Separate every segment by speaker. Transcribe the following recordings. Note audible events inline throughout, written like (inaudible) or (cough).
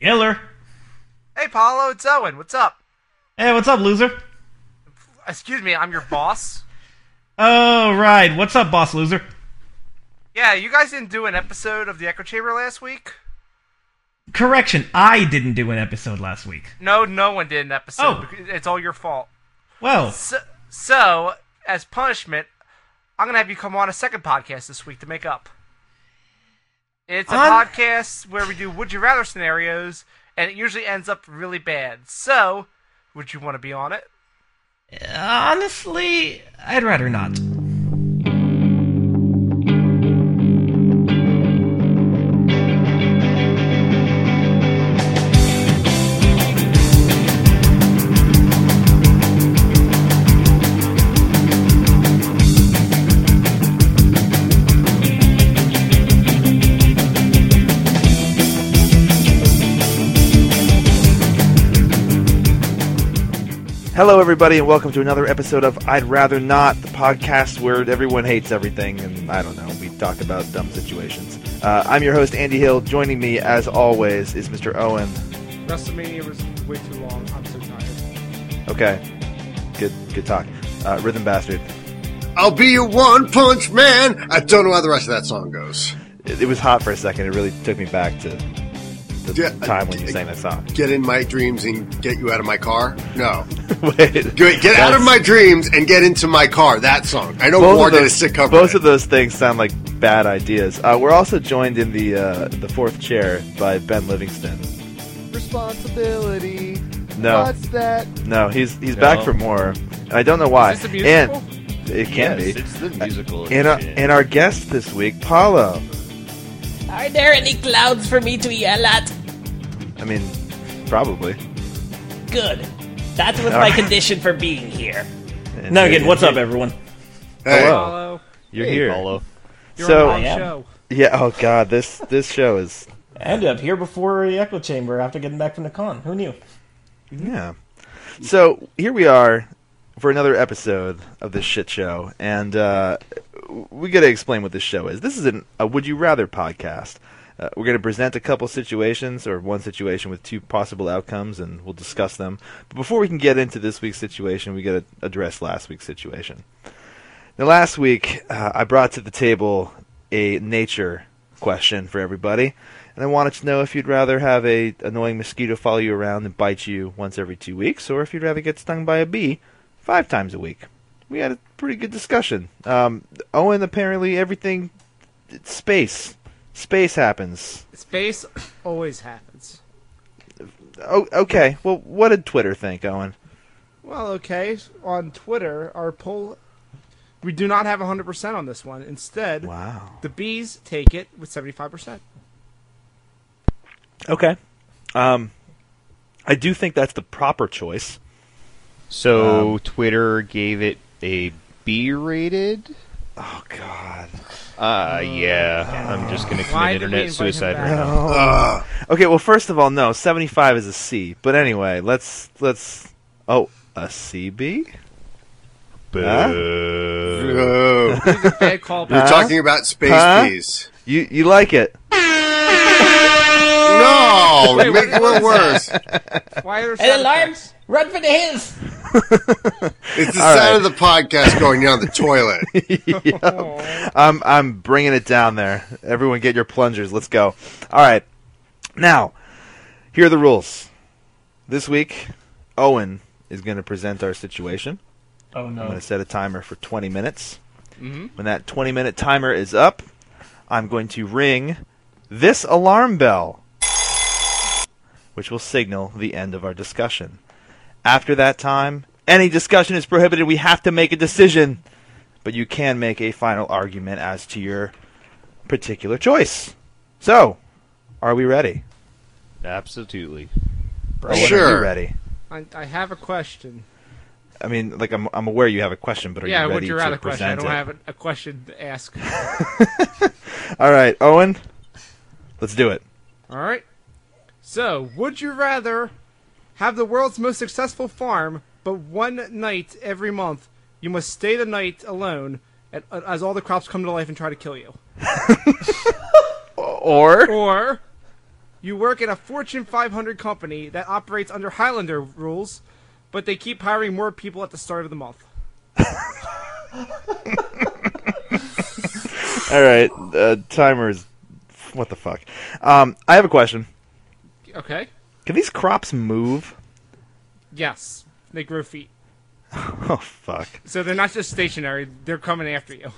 Speaker 1: Miller.
Speaker 2: Hey, Paolo, it's Owen. What's up?
Speaker 1: Hey, what's up, loser?
Speaker 2: Excuse me, I'm your boss.
Speaker 1: Oh, right. What's up, boss loser?
Speaker 2: Yeah, you guys didn't do an episode of the Echo Chamber last week.
Speaker 1: Correction, I didn't do an episode last week.
Speaker 2: No, no one did an episode.
Speaker 1: Oh.
Speaker 2: because It's all your fault.
Speaker 1: Well,
Speaker 2: So, so, as punishment, I'm gonna have you come on a second podcast this week to make up. It's a
Speaker 1: I'm-
Speaker 2: podcast where we do would you rather scenarios, and it usually ends up really bad. So, would you want to be on it?
Speaker 1: honestly, I'd rather not.
Speaker 3: Hello, everybody, and welcome to another episode of I'd Rather Not, the podcast where everyone hates everything, and I don't know, we talk about dumb situations. Uh, I'm your host, Andy Hill. Joining me, as always, is Mr. Owen.
Speaker 4: WrestleMania was way too long. I'm so tired.
Speaker 3: Okay, good, good talk. Uh, Rhythm Bastard.
Speaker 5: I'll be your one punch man. I don't know how the rest of that song goes.
Speaker 3: It, it was hot for a second. It really took me back to the
Speaker 5: Yeah, I-
Speaker 3: time when you
Speaker 5: I-
Speaker 3: sang that
Speaker 5: (laughs)
Speaker 3: song. (laughs)
Speaker 5: Get in my dreams and get you out of my car. No,
Speaker 3: Wait,
Speaker 5: Good. get out of
Speaker 3: that's-
Speaker 5: my dreams and get into my car. That song. I know War did a sick cover.
Speaker 3: both
Speaker 5: of it.
Speaker 3: of those things sound like bad ideas. Uh, we're also joined in the uh, the fourth chair by Ben Livingston.
Speaker 6: responsibility.
Speaker 3: No.
Speaker 6: What's that?
Speaker 3: No, he's he's back
Speaker 7: No.
Speaker 3: for more, and I don't know why.
Speaker 4: Is this a musical?
Speaker 3: And it can
Speaker 7: yes, It's the musical.
Speaker 3: be. And, uh,
Speaker 7: edition.
Speaker 3: and our guest this week, Paolo.
Speaker 8: Are there any clouds for me to yell at?
Speaker 3: I mean, probably.
Speaker 8: Good. That was my
Speaker 3: Alright.
Speaker 8: condition for being here.
Speaker 3: And
Speaker 1: Now
Speaker 3: so-
Speaker 1: again, what's up, everyone?
Speaker 3: Hello.
Speaker 5: Hey,
Speaker 4: Hello.
Speaker 3: You're here.
Speaker 7: Paulo.
Speaker 4: You're
Speaker 3: So-
Speaker 1: I
Speaker 4: on the wrong
Speaker 1: am.
Speaker 4: show.
Speaker 3: Yeah. Oh God, this this show is
Speaker 1: I ended up here before the echo chamber after getting back from the con. Who knew?
Speaker 3: yeah. So here we are for another episode of this shit show, and uh, we got to explain what this show is. This is an, a Would You Rather podcast. Uh, we're going to present a couple situations or one situation with two possible outcomes, and we'll discuss them. But before we can get into this week's situation, we got to address last week's situation. Now, last week, uh, I brought to the table a nature question for everybody, and I wanted to know if you'd rather have a annoying mosquito follow you around and bite you once every two weeks, or if you'd rather get stung by a bee five times a week. We had a pretty good discussion. Um, Owen, apparently, everything it's space, space happens.
Speaker 4: Space always happens.
Speaker 3: Oh, okay. Well, what did Twitter think, Owen?
Speaker 4: Well, okay. On Twitter, our poll, we do not have 100% on this one. Instead,
Speaker 3: Wow.
Speaker 4: the bees take it with 75%.
Speaker 3: Okay. Um, I do think that's the proper choice. Um,
Speaker 7: So Twitter gave it a B rated.
Speaker 3: Oh God.
Speaker 7: Uh, yeah. I'm just gonna commit
Speaker 4: Why did we invite
Speaker 7: internet
Speaker 4: him
Speaker 7: suicide
Speaker 4: back?
Speaker 7: right now.
Speaker 5: Ugh.
Speaker 3: Okay, well, first of all, no, seventy-five is a C. But anyway, let's let's. Oh, a CB.
Speaker 7: Boo.
Speaker 5: Ugh. oh. You're
Speaker 4: Bad
Speaker 3: (laughs)
Speaker 4: call.
Speaker 3: Huh?
Speaker 5: talking about space
Speaker 3: Huh?
Speaker 5: bees.
Speaker 3: You you like it? (laughs)
Speaker 5: No,
Speaker 4: Wait,
Speaker 5: make it
Speaker 4: what
Speaker 5: look worse.
Speaker 4: Why are there
Speaker 8: An
Speaker 4: sound
Speaker 8: alarm!
Speaker 4: effects?
Speaker 8: Run for the hills!
Speaker 5: It's the
Speaker 3: All
Speaker 5: sound
Speaker 3: right.
Speaker 5: of the podcast going down the toilet.
Speaker 4: Oh.
Speaker 3: I'm I'm bringing it down there. Everyone, get your plungers. Let's go. All right. Now, here are the rules. This week, Owen is going to present our situation.
Speaker 1: Oh
Speaker 3: I'm going
Speaker 1: no. Mm-hmm.
Speaker 3: to set a timer for 20 minutes. When that 20 minute timer is up, I'm going to ring this alarm bell, which will signal the end of our discussion. After that time, any discussion is prohibited. We have to make a decision, but you can make a final argument as to your particular choice. So, are we ready?
Speaker 7: Absolutely.
Speaker 3: Owen, Are
Speaker 5: Sure.
Speaker 3: you ready?
Speaker 4: I, I have a question.
Speaker 3: I mean, like I'm, I'm aware you have a question, but are
Speaker 4: yeah,
Speaker 3: you ready
Speaker 4: would you
Speaker 3: to
Speaker 4: rather
Speaker 3: present
Speaker 4: question? I don't
Speaker 3: it?
Speaker 4: have a, a question to ask. (laughs)
Speaker 3: All right, Owen, let's do it.
Speaker 4: All right. So, would you rather have the world's most successful farm, but one night every month you must stay the night alone, and, uh, as all the crops come to life and try to kill you,
Speaker 3: Or
Speaker 4: or You work in a Fortune 500 company that operates under Highlander rules, but they keep hiring more people at the start of the month.
Speaker 3: All right, uh, timer is what the fuck. Um, I have a question.
Speaker 4: Okay.
Speaker 3: Can these crops move? (laughs)
Speaker 4: Yes, they grow feet,
Speaker 3: Oh fuck.
Speaker 4: so they're not just stationary. They're coming after you.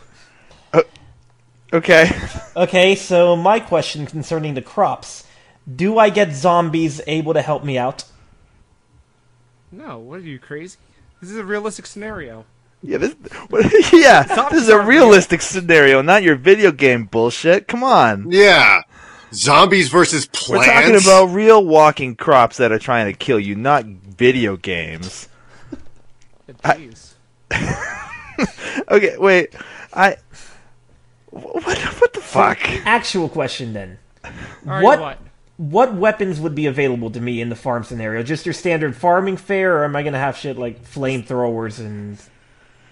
Speaker 3: Okay. (laughs)
Speaker 1: Okay, so my question concerning the crops: Do I get zombies able to help me out?
Speaker 4: No, what are you crazy? This is a realistic scenario.
Speaker 3: Yeah, this (laughs) yeah, this is a
Speaker 4: aren't real.
Speaker 3: realistic scenario, not your video game bullshit. Come on.
Speaker 5: Yeah. Zombies versus
Speaker 3: We're
Speaker 5: plants.
Speaker 3: talking about real walking crops that are trying to kill you, not video games.
Speaker 4: Jeez.
Speaker 3: Okay, wait. I wh- what what the fuck?
Speaker 1: Actual question then:
Speaker 4: All right,
Speaker 1: What?
Speaker 4: what?
Speaker 1: What weapons would be available to me in the farm scenario? Just your standard farming fare, or am I going to have shit like flamethrowers and?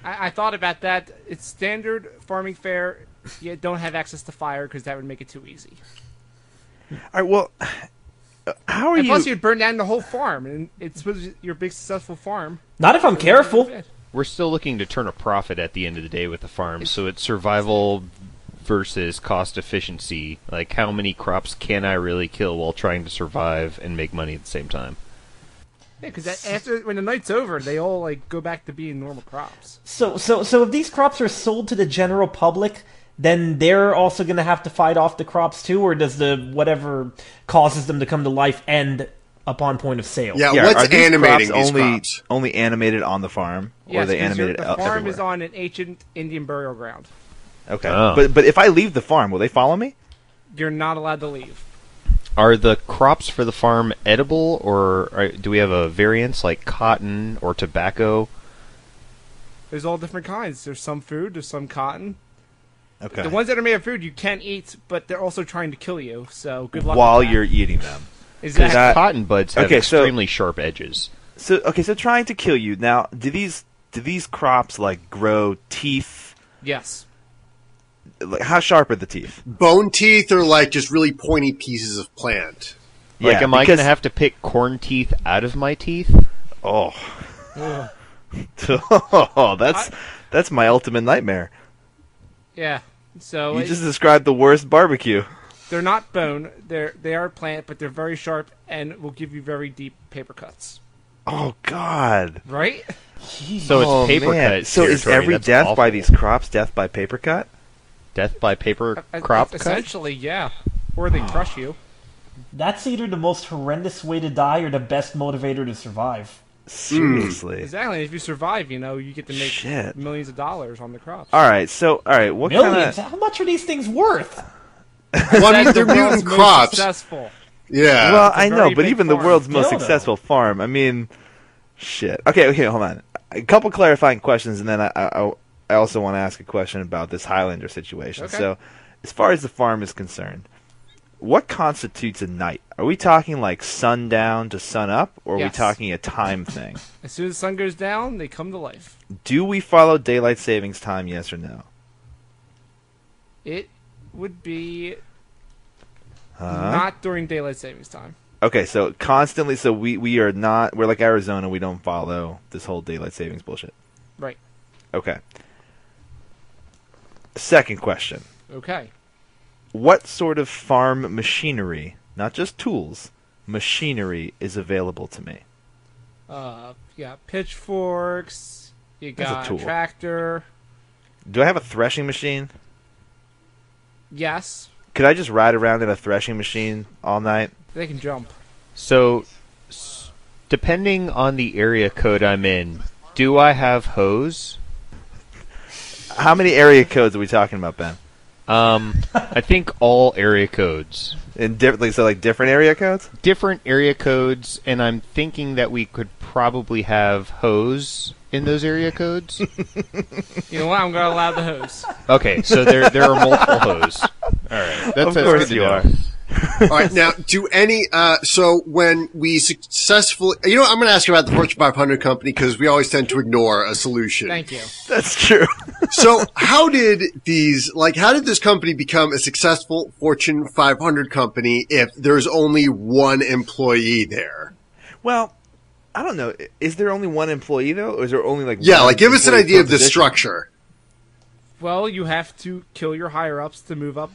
Speaker 4: I, I thought about that. It's standard farming fare. You don't have access to fire because that would make it too easy.
Speaker 3: All right, well, how are
Speaker 4: And
Speaker 3: you
Speaker 4: plus, you'd burn down the whole farm, and it's supposed to be your big successful farm.
Speaker 1: Not if I'm careful.
Speaker 7: We're still looking to turn a profit at the end of the day with the farm, so it's survival versus cost efficiency. Like, how many crops can I really kill while trying to survive and make money at the same time?
Speaker 4: Yeah, because after when the night's over, they all like go back to being normal crops.
Speaker 1: So, so, so if these crops are sold to the general public, then they're also going to have to fight off the crops too, or does the whatever causes them to come to life end upon point of sale?
Speaker 5: yeah,
Speaker 3: yeah, are
Speaker 5: what's
Speaker 3: these
Speaker 5: animating
Speaker 3: crops
Speaker 5: these
Speaker 3: only
Speaker 5: crops?
Speaker 3: only animated on the farm or are
Speaker 4: Yes,
Speaker 3: they
Speaker 4: 'cause your-
Speaker 3: animated
Speaker 4: the
Speaker 3: el-
Speaker 4: farm
Speaker 3: everywhere?
Speaker 4: is on an ancient Indian burial ground.
Speaker 3: Okay.
Speaker 7: Oh.
Speaker 3: But but if I leave the farm, will they follow me?
Speaker 4: You're not allowed to leave.
Speaker 7: Are the crops for the farm edible, or are, do we have a variance like cotton or tobacco?
Speaker 4: There's all different kinds. There's some food. There's some cotton.
Speaker 3: Okay.
Speaker 4: The ones that are made of food you can eat, but they're also trying to kill you. So good luck.
Speaker 3: While
Speaker 4: with that.
Speaker 3: you're eating them.
Speaker 4: exactly.
Speaker 3: Uh,
Speaker 7: Cotton buds have
Speaker 3: okay, so-
Speaker 7: extremely sharp edges.
Speaker 3: So okay, so trying to kill you. Now, do these do these crops like grow teeth?
Speaker 4: yes.
Speaker 3: Like how sharp are the teeth?
Speaker 5: Bone teeth are like just really pointy pieces of plant.
Speaker 7: Like, am I going
Speaker 3: because-
Speaker 7: to have to pick corn teeth out of my teeth?
Speaker 3: Oh. (laughs) oh, that's that's my ultimate nightmare.
Speaker 4: Yeah. So
Speaker 3: You
Speaker 4: it-
Speaker 3: just described the worst barbecue.
Speaker 4: they're not bone. They're they are plant, but they're very sharp and will give you very deep paper cuts.
Speaker 3: Oh God!
Speaker 4: Right?
Speaker 7: So it's
Speaker 3: oh,
Speaker 7: paper
Speaker 3: man.
Speaker 7: cut.
Speaker 3: So is
Speaker 7: territory.
Speaker 3: every
Speaker 7: That's
Speaker 3: death by
Speaker 7: awful.
Speaker 3: these crops death by paper cut?
Speaker 7: death by paper
Speaker 4: Uh,
Speaker 7: crop cut?
Speaker 4: Essentially, yeah. Or they
Speaker 3: Ah.
Speaker 4: crush you.
Speaker 1: That's either the most horrendous way to die or the best motivator to survive.
Speaker 3: Seriously.
Speaker 4: Exactly. If you survive, you know you get to make
Speaker 3: Shit.
Speaker 4: millions of dollars on the crops.
Speaker 3: All right. So all right. What kind
Speaker 1: Millions?
Speaker 3: of?
Speaker 1: How much are these things worth?
Speaker 5: Well, I mean,
Speaker 4: That's
Speaker 5: they're
Speaker 4: the world's
Speaker 5: mutant
Speaker 4: most
Speaker 5: crops.
Speaker 4: Successful.
Speaker 5: Yeah.
Speaker 3: Well,
Speaker 4: Uh, it's a
Speaker 3: I know,
Speaker 4: very
Speaker 3: but
Speaker 4: big
Speaker 3: even the
Speaker 4: farm.
Speaker 3: world's most
Speaker 1: Dildo.
Speaker 3: successful farm. I mean, shit. Okay. Okay. Hold on. A couple clarifying questions, and then I I, I also want to ask a question about this Highlander situation.
Speaker 4: Okay.
Speaker 3: So, as far as the farm is concerned. What constitutes a night? Are we talking like sundown to sun up, or are
Speaker 4: Yes.
Speaker 3: we talking a time thing?
Speaker 4: As soon as the sun goes down, they come to life.
Speaker 3: Do we follow daylight savings time? Yes or no?
Speaker 4: It would be
Speaker 3: Huh?
Speaker 4: not during daylight savings time.
Speaker 3: Okay, so constantly, so we we are not. We're like Arizona. We don't follow this whole daylight savings bullshit.
Speaker 4: Right.
Speaker 3: Okay. Second question:
Speaker 4: Okay.
Speaker 3: What sort of farm machinery, not just tools, machinery is available to me?
Speaker 4: Uh, you got pitchforks. You
Speaker 3: That's a
Speaker 4: got
Speaker 3: tool.
Speaker 4: tractor.
Speaker 3: Do I have a threshing machine?
Speaker 4: Yes,
Speaker 3: Could I just ride around in a threshing machine all night?
Speaker 4: they can jump.
Speaker 7: So, s- depending on the area code I'm in, do I have hose?
Speaker 3: How many area codes are we talking about, Ben?
Speaker 7: Um, I think all area codes.
Speaker 3: In differently, so like different area codes. (laughs)
Speaker 7: Different area codes, and I'm thinking that we could probably have hose in those area codes.
Speaker 4: You know what? I'm gonna allow the hose.
Speaker 7: Okay, so there there are multiple hose. All right, that's,
Speaker 3: Of
Speaker 7: that's
Speaker 3: course
Speaker 7: good to
Speaker 3: you
Speaker 7: know.
Speaker 3: are.
Speaker 5: All right, now do any? Uh, so when we successfully, you know, what, I'm going to ask about the Fortune 500 company because we always tend to ignore a solution.
Speaker 4: Thank you.
Speaker 3: That's true.
Speaker 5: so how did these like how did this company become a successful Fortune 500 company if there's only one employee there?
Speaker 3: Well, I don't know. Is there only one employee though, or is there only like
Speaker 5: Yeah,
Speaker 3: one
Speaker 5: like give us an
Speaker 3: employee
Speaker 5: idea
Speaker 3: per
Speaker 5: of the
Speaker 3: position?
Speaker 5: structure.
Speaker 4: Well, you have to kill your higher ups to move up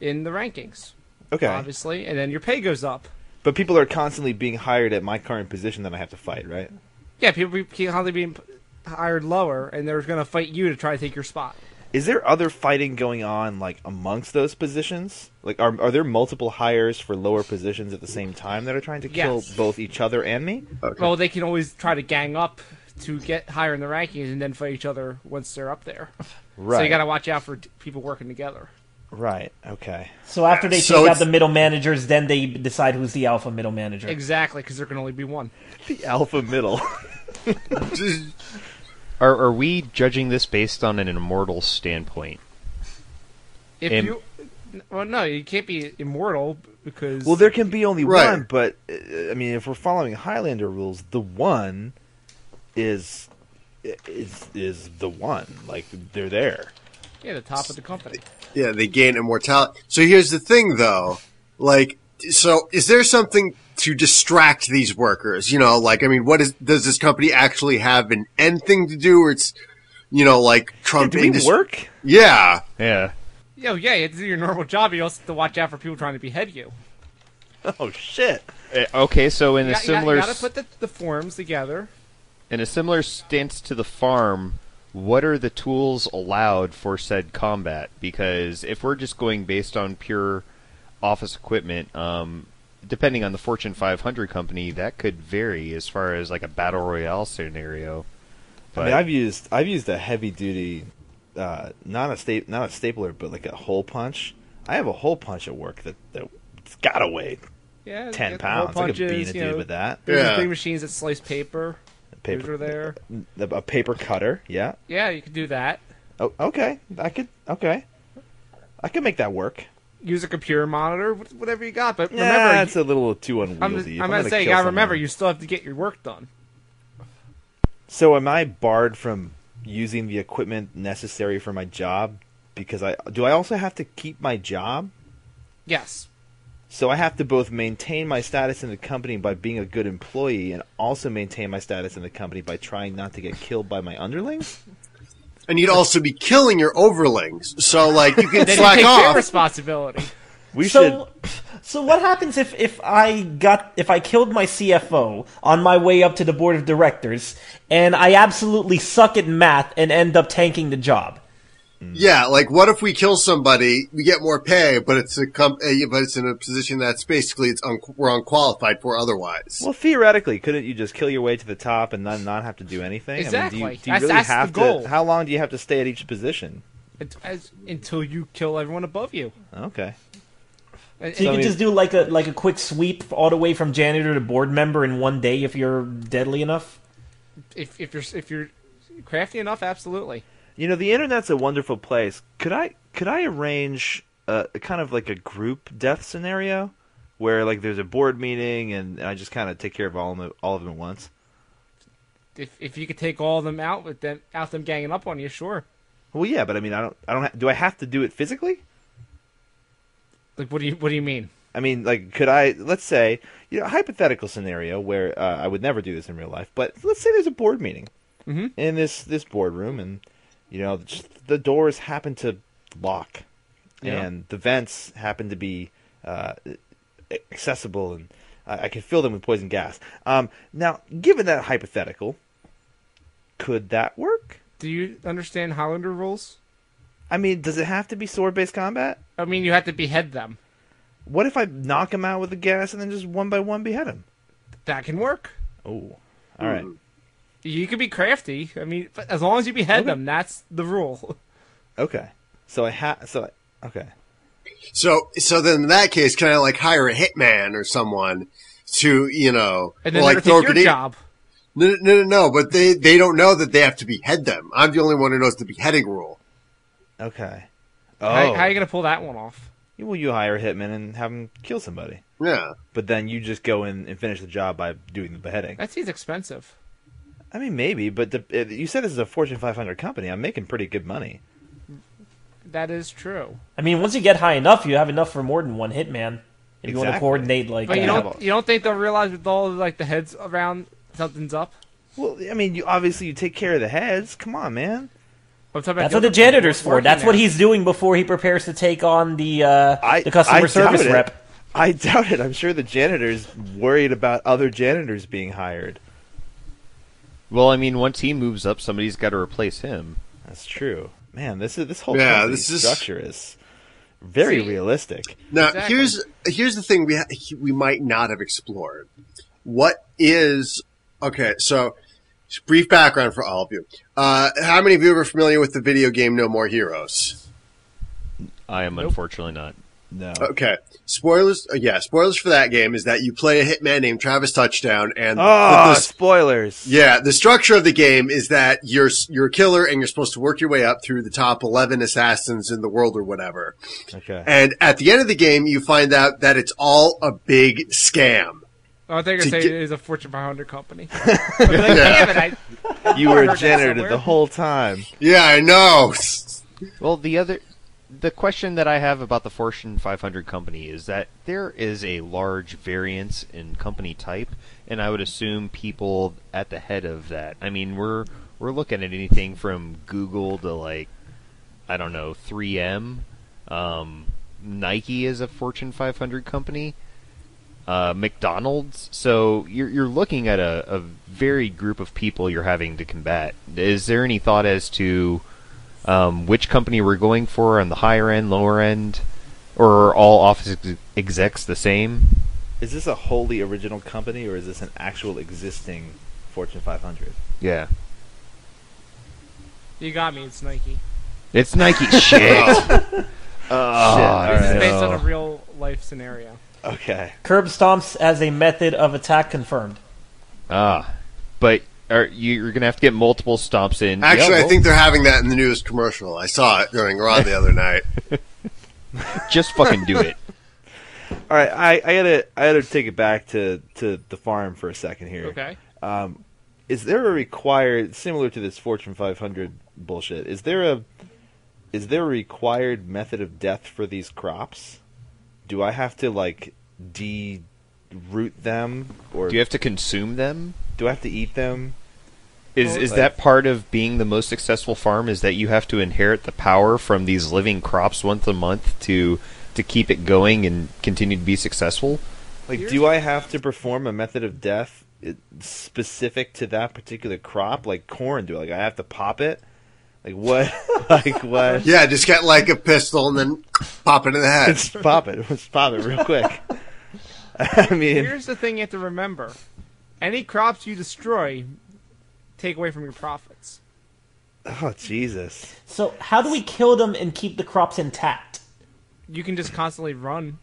Speaker 4: in the rankings,
Speaker 3: Okay,
Speaker 4: obviously, and then your pay goes up.
Speaker 3: but people are constantly being hired at my current position that I have to fight, right?
Speaker 4: Yeah, people be- keep constantly being p- hired lower, and they're going to fight you to try to take your spot.
Speaker 3: Is there other fighting going on like amongst those positions? Like, are are there multiple hires for lower positions at the same time that are trying to kill
Speaker 4: Yes.
Speaker 3: both each other and me?
Speaker 4: Well, they can always try to gang up to get higher in the rankings and then fight each other once they're up there.
Speaker 3: Right.
Speaker 4: So you got to watch out for t- people working together.
Speaker 3: Right. Okay.
Speaker 1: So after they
Speaker 5: So
Speaker 1: take out
Speaker 5: it's-
Speaker 1: the middle managers, then they decide who's the alpha middle manager.
Speaker 4: Exactly, because there can only be one.
Speaker 3: The alpha (laughs) middle.
Speaker 7: Are, are we judging this based on an immortal standpoint?
Speaker 4: If
Speaker 7: Im-
Speaker 4: you, n- well, no, you can't be immortal because
Speaker 3: well, there can be only
Speaker 5: Right.
Speaker 3: one, but uh, I mean, if we're following Highlander rules, the one is is is the one. Like they're there.
Speaker 4: yeah, the top of the company.
Speaker 5: Yeah, they gain immortality. So here's the thing though. Like so is there something to distract these workers? You know, like I mean, what is does this company actually have an end thing to do or it's you know, like Trump
Speaker 3: Do we
Speaker 5: indus-
Speaker 3: work?
Speaker 5: Yeah.
Speaker 7: Yeah.
Speaker 4: Yo, yeah, you have to do your normal job. You also have to watch out for people trying to behead you.
Speaker 3: (laughs) Oh shit!
Speaker 7: Uh, Okay, so in
Speaker 4: You
Speaker 7: a
Speaker 4: got- you got-
Speaker 7: similar
Speaker 4: You
Speaker 7: s-
Speaker 4: gotta put the, the forms together.
Speaker 7: in a similar stance to the farm, what are the tools allowed for said combat? Because if we're just going based on pure office equipment, um, depending on the Fortune 500 company, that could vary as far as like a battle royale scenario.
Speaker 3: I
Speaker 7: But
Speaker 3: mean, I've used I've used a heavy duty, uh, not a sta- not a stapler, but like a hole punch. I have a hole punch at work that that's gotta weigh
Speaker 4: Yeah,
Speaker 3: ten
Speaker 4: get the hole
Speaker 3: pounds. I could
Speaker 4: punches,
Speaker 3: beat a
Speaker 4: you
Speaker 3: dude
Speaker 4: know,
Speaker 3: with that.
Speaker 4: there's
Speaker 5: Yeah.
Speaker 4: Big machines that slice paper. Those are there.
Speaker 3: a, a paper cutter. Yeah.
Speaker 4: Yeah, you can do that.
Speaker 3: Oh, okay. I could. Okay. I could make that work.
Speaker 4: Use a computer monitor, wh- whatever you got. But
Speaker 3: Yeah,
Speaker 4: remember,
Speaker 3: that's a little too unwieldy.
Speaker 4: I'm,
Speaker 3: If
Speaker 4: I'm,
Speaker 3: gonna
Speaker 4: gonna say, you
Speaker 3: kill
Speaker 4: gotta remember,
Speaker 3: someone-
Speaker 4: you still have to get your work done.
Speaker 3: So am I barred from using the equipment necessary for my job? Because I do. I also have to keep my job.
Speaker 4: Yes.
Speaker 3: So I have to both maintain my status in the company by being a good employee and also maintain my status in the company by trying not to get killed by my underlings?
Speaker 5: And you'd also be killing your overlings. So like you can
Speaker 4: Then you
Speaker 5: slack
Speaker 4: take their
Speaker 5: off.
Speaker 4: responsibility.
Speaker 3: We
Speaker 1: so, so what happens if if I got if I killed my CFO on my way up to the board of directors and I absolutely suck at math and end up tanking the job?
Speaker 5: Yeah, like what if we kill somebody, we get more pay, but it's a com- eh, but it's in a position that's basically it's un- we're unqualified for otherwise.
Speaker 3: should. Well, theoretically, couldn't you just kill your way to the top and not, not have to do anything? I mean, do you,
Speaker 4: Exactly.
Speaker 3: do you
Speaker 4: That's-
Speaker 3: really
Speaker 4: that's the
Speaker 3: have to?
Speaker 4: goal.
Speaker 3: How long do you have to stay at each position?
Speaker 4: (laughs) It's- as- until you kill everyone above you.
Speaker 3: Okay.
Speaker 4: And-
Speaker 1: So you
Speaker 4: and-
Speaker 1: can just do like a like a quick sweep all the way from janitor to board member in one day if you're deadly enough.
Speaker 4: if, if you're if you're crafty enough, absolutely.
Speaker 3: You know, the internet's a wonderful place. Could I could I arrange a, a kind of like a group death scenario where like there's a board meeting and, and I just kind of take care of all of them, all of them at once?
Speaker 4: If if you could take all of them out with them out them ganging up on you, sure.
Speaker 3: Well, yeah, but I mean, I don't, I don't. Ha- do I have to do it physically?
Speaker 4: Like what do you what do you mean?
Speaker 3: I mean, like, could I? Let's say, you know, a hypothetical scenario where uh, I would never do this in real life, but let's say there's a board meeting in this this boardroom, and you know, just the doors happen to lock,
Speaker 4: Yeah.
Speaker 3: and the vents happen to be uh, accessible, and I, I can fill them with poison gas. Um, now, given that hypothetical, could that work?
Speaker 4: Do you understand Highlander rules?
Speaker 3: I mean, does it have to be sword based combat?
Speaker 4: I mean, you have to behead them.
Speaker 3: What if I knock him out with the gas and then just one by one behead him?
Speaker 4: That can work.
Speaker 3: Oh, all right.
Speaker 4: You can be crafty. I mean, but as long as you behead them, that's the rule. (laughs)
Speaker 3: Okay. So I ha. So I- okay.
Speaker 5: So, so then in that case, can I like hire a hitman or someone to, you know,
Speaker 4: And then
Speaker 5: or,
Speaker 4: they're gonna take
Speaker 5: like throw a
Speaker 4: your
Speaker 5: grenade-
Speaker 4: job.
Speaker 5: No, no, no, no, no, but they, they don't know that they have to behead them. I'm the only one who knows the beheading rule.
Speaker 3: Okay. Oh,
Speaker 4: How,
Speaker 1: Oh.
Speaker 4: how are you gonna pull that one off?
Speaker 3: Well, you hire a hitman and have him kill somebody,
Speaker 5: Yeah.
Speaker 3: but then you just go in and finish the job by doing the beheading.
Speaker 4: That seems expensive.
Speaker 3: I mean, maybe, but the, it- you said this is a Fortune 500 company. I'm making pretty good money.
Speaker 4: That is true.
Speaker 1: I mean, once you get high enough, you have enough for more than one hitman. If you want to
Speaker 3: Exactly.
Speaker 1: coordinate, like,
Speaker 4: But you
Speaker 1: uh,
Speaker 4: don't you don't think they'll realize with all like the heads around something's up?
Speaker 3: Well, I mean, you obviously you take care of the heads. Come on, man.
Speaker 4: I'm talking about
Speaker 1: that's what the
Speaker 4: other
Speaker 1: janitor's
Speaker 4: people
Speaker 1: for.
Speaker 4: working
Speaker 1: That's what
Speaker 4: there.
Speaker 1: he's doing before he prepares to take on the uh,
Speaker 3: I
Speaker 1: the customer
Speaker 3: I
Speaker 1: service
Speaker 3: doubt it.
Speaker 1: rep.
Speaker 3: I doubt it. I'm sure the janitor's worried about other janitors being hired.
Speaker 7: Well, I mean, once he moves up, somebody's got to replace him.
Speaker 3: That's true. Man, this is this whole
Speaker 5: Yeah,
Speaker 3: company
Speaker 5: this is-
Speaker 3: structure is very
Speaker 4: See?
Speaker 3: realistic.
Speaker 5: Now,
Speaker 4: Exactly.
Speaker 5: here's here's the thing we ha- we might not have explored. What is okay? So, just brief background for all of you. Uh, how many of you are familiar with the video game No More Heroes?
Speaker 7: I am unfortunately not.
Speaker 3: No.
Speaker 5: Okay, spoilers. Uh, yeah, spoilers for that game is that you play a hitman named Travis Touchdown, and
Speaker 4: Ah,
Speaker 3: Oh,
Speaker 5: the- the-
Speaker 3: spoilers.
Speaker 5: Yeah, the structure of the game is that you're you're a killer and you're supposed to work your way up through the top 11 assassins in the world or whatever.
Speaker 3: Okay.
Speaker 5: And at the end of the game, you find out that it's all a big scam.
Speaker 4: I think I
Speaker 5: to
Speaker 4: say
Speaker 5: get-
Speaker 4: it is a Fortune
Speaker 1: (laughs)
Speaker 4: 500 company. I'd be like, Damn it! I,
Speaker 3: You were a
Speaker 4: that
Speaker 3: janitor
Speaker 4: somewhere.
Speaker 3: the whole time.
Speaker 5: Yeah, I know.
Speaker 7: Well, the other, the question that I have about the Fortune 500 company is that there is a large variance in company type, and I would assume people at the head of that. I mean, we're we're looking at anything from Google to like, I don't know, 3M. Um, Nike is a Fortune 500 company. Uh, McDonald's. So you're you're looking at a, a varied group of people you're having to combat. Is there any thought as to um, which company we're going for on the higher end, lower end, or are all office ex- execs the same?
Speaker 3: Is this a wholly original company or is this an actual existing Fortune 500?
Speaker 7: Yeah,
Speaker 4: you got me. It's Nike.
Speaker 5: (laughs)
Speaker 7: it's Nike. Shit.
Speaker 5: Oh.
Speaker 3: Shit,
Speaker 4: This is
Speaker 3: alright.
Speaker 4: based on a real life scenario.
Speaker 3: Okay.
Speaker 1: Curb stomps as a method of attack confirmed.
Speaker 7: Ah, but are, you, you're gonna have to get multiple stomps in.
Speaker 5: Actually,
Speaker 7: Yeah,
Speaker 5: I think they're having that in the newest commercial. I saw it during Raw the other night.
Speaker 7: well, just fucking
Speaker 5: (laughs)
Speaker 7: do it.
Speaker 3: All right, I, I gotta I gotta take it back to, to the farm for a second here.
Speaker 4: Okay.
Speaker 3: Is there a required similar to this Fortune 500 bullshit? Is there a is there a required method of death for these crops? Do I have to like de root them or
Speaker 7: Do you have to consume them?
Speaker 3: do I have to eat them?
Speaker 7: Is is that part of being the most successful farm? Is that you have to inherit the power from these living crops once a month to to keep it going and continue to be successful?
Speaker 3: Like, do I have to perform a method of death it- specific to that particular crop, like corn? Do I, like I have to pop it?
Speaker 4: (laughs)
Speaker 3: Like what? (laughs) like what?
Speaker 5: Yeah, just get like a pistol and then pop it in the
Speaker 3: (laughs)
Speaker 5: head.
Speaker 3: Let's pop it. Let's pop it real quick. (laughs) I mean,
Speaker 4: Here's the thing you have to remember: any crops you destroy take away from your profits.
Speaker 3: oh Jesus!
Speaker 1: So, how do we kill them and keep the crops intact?
Speaker 4: You can just constantly run.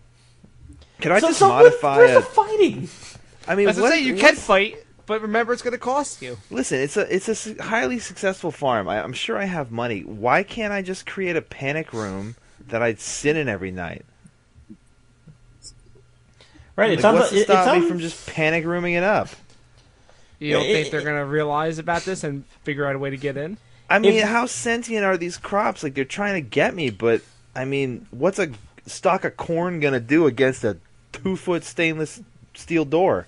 Speaker 3: Can I
Speaker 1: so,
Speaker 3: just
Speaker 1: so what-
Speaker 3: modify
Speaker 1: where's the
Speaker 3: it?
Speaker 1: fighting?
Speaker 3: I mean,
Speaker 4: That's
Speaker 3: what-
Speaker 4: what I say. You
Speaker 3: what-
Speaker 4: can fight, but remember it's going to cost you.
Speaker 3: Listen, it's a it's a s- highly successful farm. I, I'm sure I have money. Why can't I just create a panic room that I'd sit in every night?
Speaker 1: Right,
Speaker 3: Like,
Speaker 1: it sounds like
Speaker 3: what's to
Speaker 1: it, it
Speaker 3: stop me
Speaker 1: sounds-
Speaker 3: from just panic rooming it up?
Speaker 4: You don't
Speaker 1: Yeah,
Speaker 4: think
Speaker 1: it-
Speaker 4: they're going to realize about this and figure out a way to get in?
Speaker 3: I mean,
Speaker 1: If-
Speaker 3: how sentient are these crops? Like they're trying to get me, but I mean, what's a stalk of corn gonna do against a two-foot stainless steel door?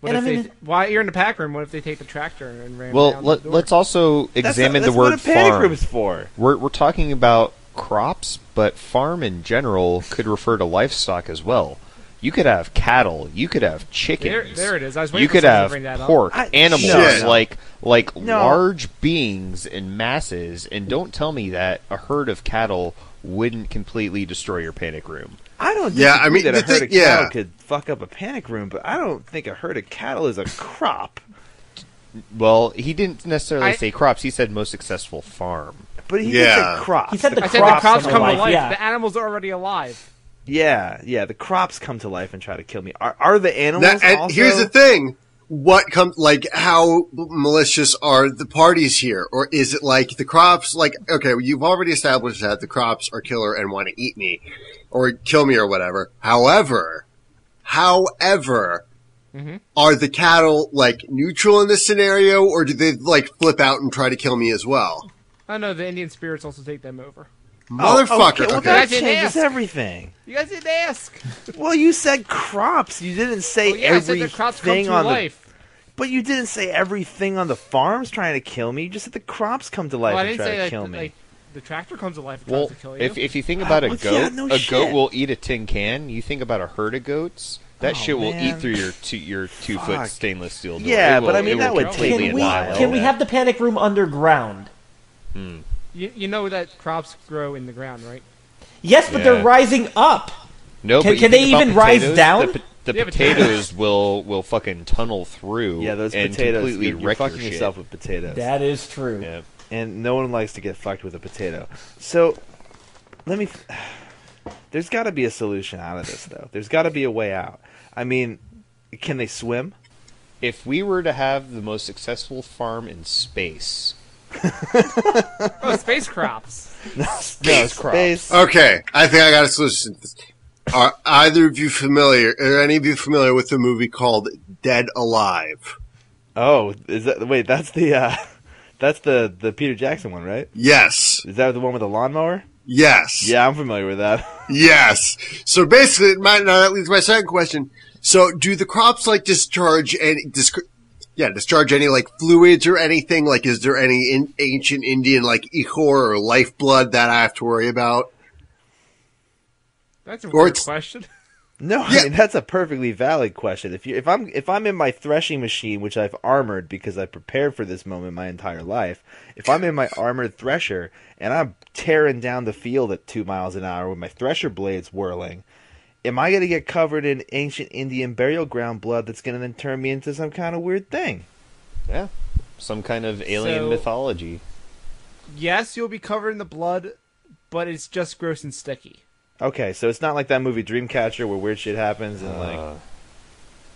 Speaker 4: What
Speaker 1: And
Speaker 4: if
Speaker 1: I
Speaker 4: they?
Speaker 1: mean-
Speaker 4: Why you're in the pack room? What if they take the tractor and ram
Speaker 7: Well,
Speaker 4: down the
Speaker 7: let,
Speaker 4: door?
Speaker 7: let's also
Speaker 3: That's-
Speaker 7: examine
Speaker 3: that's
Speaker 7: the word
Speaker 3: what a panic
Speaker 7: farm.
Speaker 3: room's for.
Speaker 7: We're, we're talking about crops, but farm in general could refer to livestock as well. You could have cattle. You could have chickens.
Speaker 4: there it is. I was waiting
Speaker 7: you
Speaker 4: for
Speaker 7: could
Speaker 4: someone to
Speaker 7: have
Speaker 4: bring that up.
Speaker 7: pork,
Speaker 3: I-
Speaker 7: animals,
Speaker 5: Shit.
Speaker 7: like like
Speaker 3: No.
Speaker 7: large beings in masses. And don't tell me that a herd of cattle wouldn't completely destroy your panic room.
Speaker 3: I don't.
Speaker 5: Yeah,
Speaker 3: disagree
Speaker 5: I mean,
Speaker 3: that
Speaker 5: the
Speaker 3: a herd
Speaker 5: thing-
Speaker 3: of cattle
Speaker 5: yeah.
Speaker 3: could fuck up a panic room, but I don't think a herd of cattle is a crop.
Speaker 7: Well, he didn't necessarily
Speaker 4: I-
Speaker 7: say crops. He said most successful farm.
Speaker 3: But he
Speaker 5: Yeah.
Speaker 3: did say crops.
Speaker 1: He said the
Speaker 4: I said
Speaker 1: crops,
Speaker 4: the crops
Speaker 1: come
Speaker 4: come
Speaker 1: alive.
Speaker 4: to life.
Speaker 1: Yeah.
Speaker 4: The animals are already alive.
Speaker 3: yeah, yeah. The crops come to life and try to kill me. Are, are the animals?
Speaker 5: Now, and
Speaker 3: also-
Speaker 5: here's the thing: what comes like how malicious are the parties here, or is it like the crops? Like, okay, well, you've already established that the crops are killer and want to eat me, or kill me, or whatever. However, however,
Speaker 3: Mm-hmm.
Speaker 5: Are the cattle like neutral in this scenario, or do they like flip out and try to kill me as well?
Speaker 4: I know Oh, the Indian spirits also take them over.
Speaker 5: Motherfucker!
Speaker 3: Oh, Okay, well,
Speaker 5: okay.
Speaker 3: that
Speaker 4: I didn't ask.
Speaker 3: changes everything.
Speaker 4: You guys didn't ask.
Speaker 3: Well, you said crops. You didn't say
Speaker 4: Well, Oh, yeah, I said
Speaker 3: everything
Speaker 4: the crops come to
Speaker 3: on
Speaker 4: life.
Speaker 3: the. But you didn't say everything on the farm's trying to kill me. You just said the crops come to life
Speaker 4: well, I
Speaker 3: and
Speaker 4: didn't
Speaker 3: try
Speaker 4: say
Speaker 3: to
Speaker 4: that.
Speaker 3: kill me.
Speaker 4: Like, the tractor comes to life and
Speaker 7: Well,
Speaker 4: tries to kill you.
Speaker 7: if if you think about a
Speaker 3: well,
Speaker 7: goat,
Speaker 3: Oh, yeah, no
Speaker 7: a
Speaker 3: shit.
Speaker 7: goat will eat a tin can. You think about a herd of goats, that shit will
Speaker 3: Oh, man.
Speaker 7: eat through your two, your two
Speaker 3: Fuck.
Speaker 7: foot stainless steel door.
Speaker 3: Yeah,
Speaker 7: It will-
Speaker 3: but I
Speaker 7: it
Speaker 3: mean
Speaker 7: will
Speaker 3: that would
Speaker 7: completely
Speaker 3: take
Speaker 1: Can
Speaker 3: a
Speaker 1: we
Speaker 7: annihilate
Speaker 3: while.
Speaker 1: can we
Speaker 7: that.
Speaker 1: have the panic room underground?
Speaker 4: you, you know that crops grow in the ground, right?
Speaker 1: Yes, but they're
Speaker 7: Yeah.
Speaker 1: rising up.
Speaker 7: No,
Speaker 1: Can-
Speaker 7: but you
Speaker 1: can they
Speaker 7: think about
Speaker 1: even rise
Speaker 7: potatoes,
Speaker 1: down?
Speaker 7: The, po- the
Speaker 4: Yeah, but-
Speaker 7: potatoes will will fucking tunnel through.
Speaker 3: Yeah, those
Speaker 7: and
Speaker 3: potatoes.
Speaker 7: completely
Speaker 3: You're, you're
Speaker 7: wreck your
Speaker 3: fucking
Speaker 7: shit.
Speaker 3: yourself with potatoes.
Speaker 1: That is true.
Speaker 7: Yeah.
Speaker 3: and no one likes to get fucked with a potato. So, let me. Th- (sighs) There's got to be a solution out of this, though. There's got to be a way out. I mean, can they swim? (laughs)
Speaker 7: If we were to have the most successful farm in space,
Speaker 4: Oh, space crops.
Speaker 3: No,
Speaker 7: crops.
Speaker 3: space.
Speaker 5: Okay, I think I got a solution. to this. Are either of you familiar? Are any of you familiar with the movie called Dead Alive?
Speaker 3: Oh, is that wait? That's the uh, (laughs) that's the the Peter Jackson one, right?
Speaker 5: Yes,
Speaker 3: Is that the one with the lawnmower?
Speaker 5: yes,
Speaker 3: Yeah, I'm familiar with that. (laughs)
Speaker 5: yes. So basically, my, now that leads to my second question. So, do the crops like discharge any? Dis- yeah, discharge any like fluids or anything? Like, is there any in, ancient Indian like ichor or lifeblood that I have to worry about?
Speaker 4: That's a
Speaker 5: Or
Speaker 4: weird
Speaker 5: it's-
Speaker 4: question.
Speaker 3: No, I
Speaker 5: Yeah.
Speaker 3: mean that's a perfectly valid question. If you if I'm if I'm in my threshing machine, which I've armored because I prepared for this moment my entire life, if I'm in my armored thresher and I'm tearing down the field at two miles an hour with my thresher blades whirling, am I gonna get covered in ancient Indian burial ground blood that's gonna then turn me into some kind of weird thing?
Speaker 7: yeah, some kind of alien
Speaker 4: So-
Speaker 7: mythology.
Speaker 4: Yes, you'll be covered in the blood, but it's just gross and sticky.
Speaker 3: Okay, so it's not like that movie Dreamcatcher where weird shit happens and like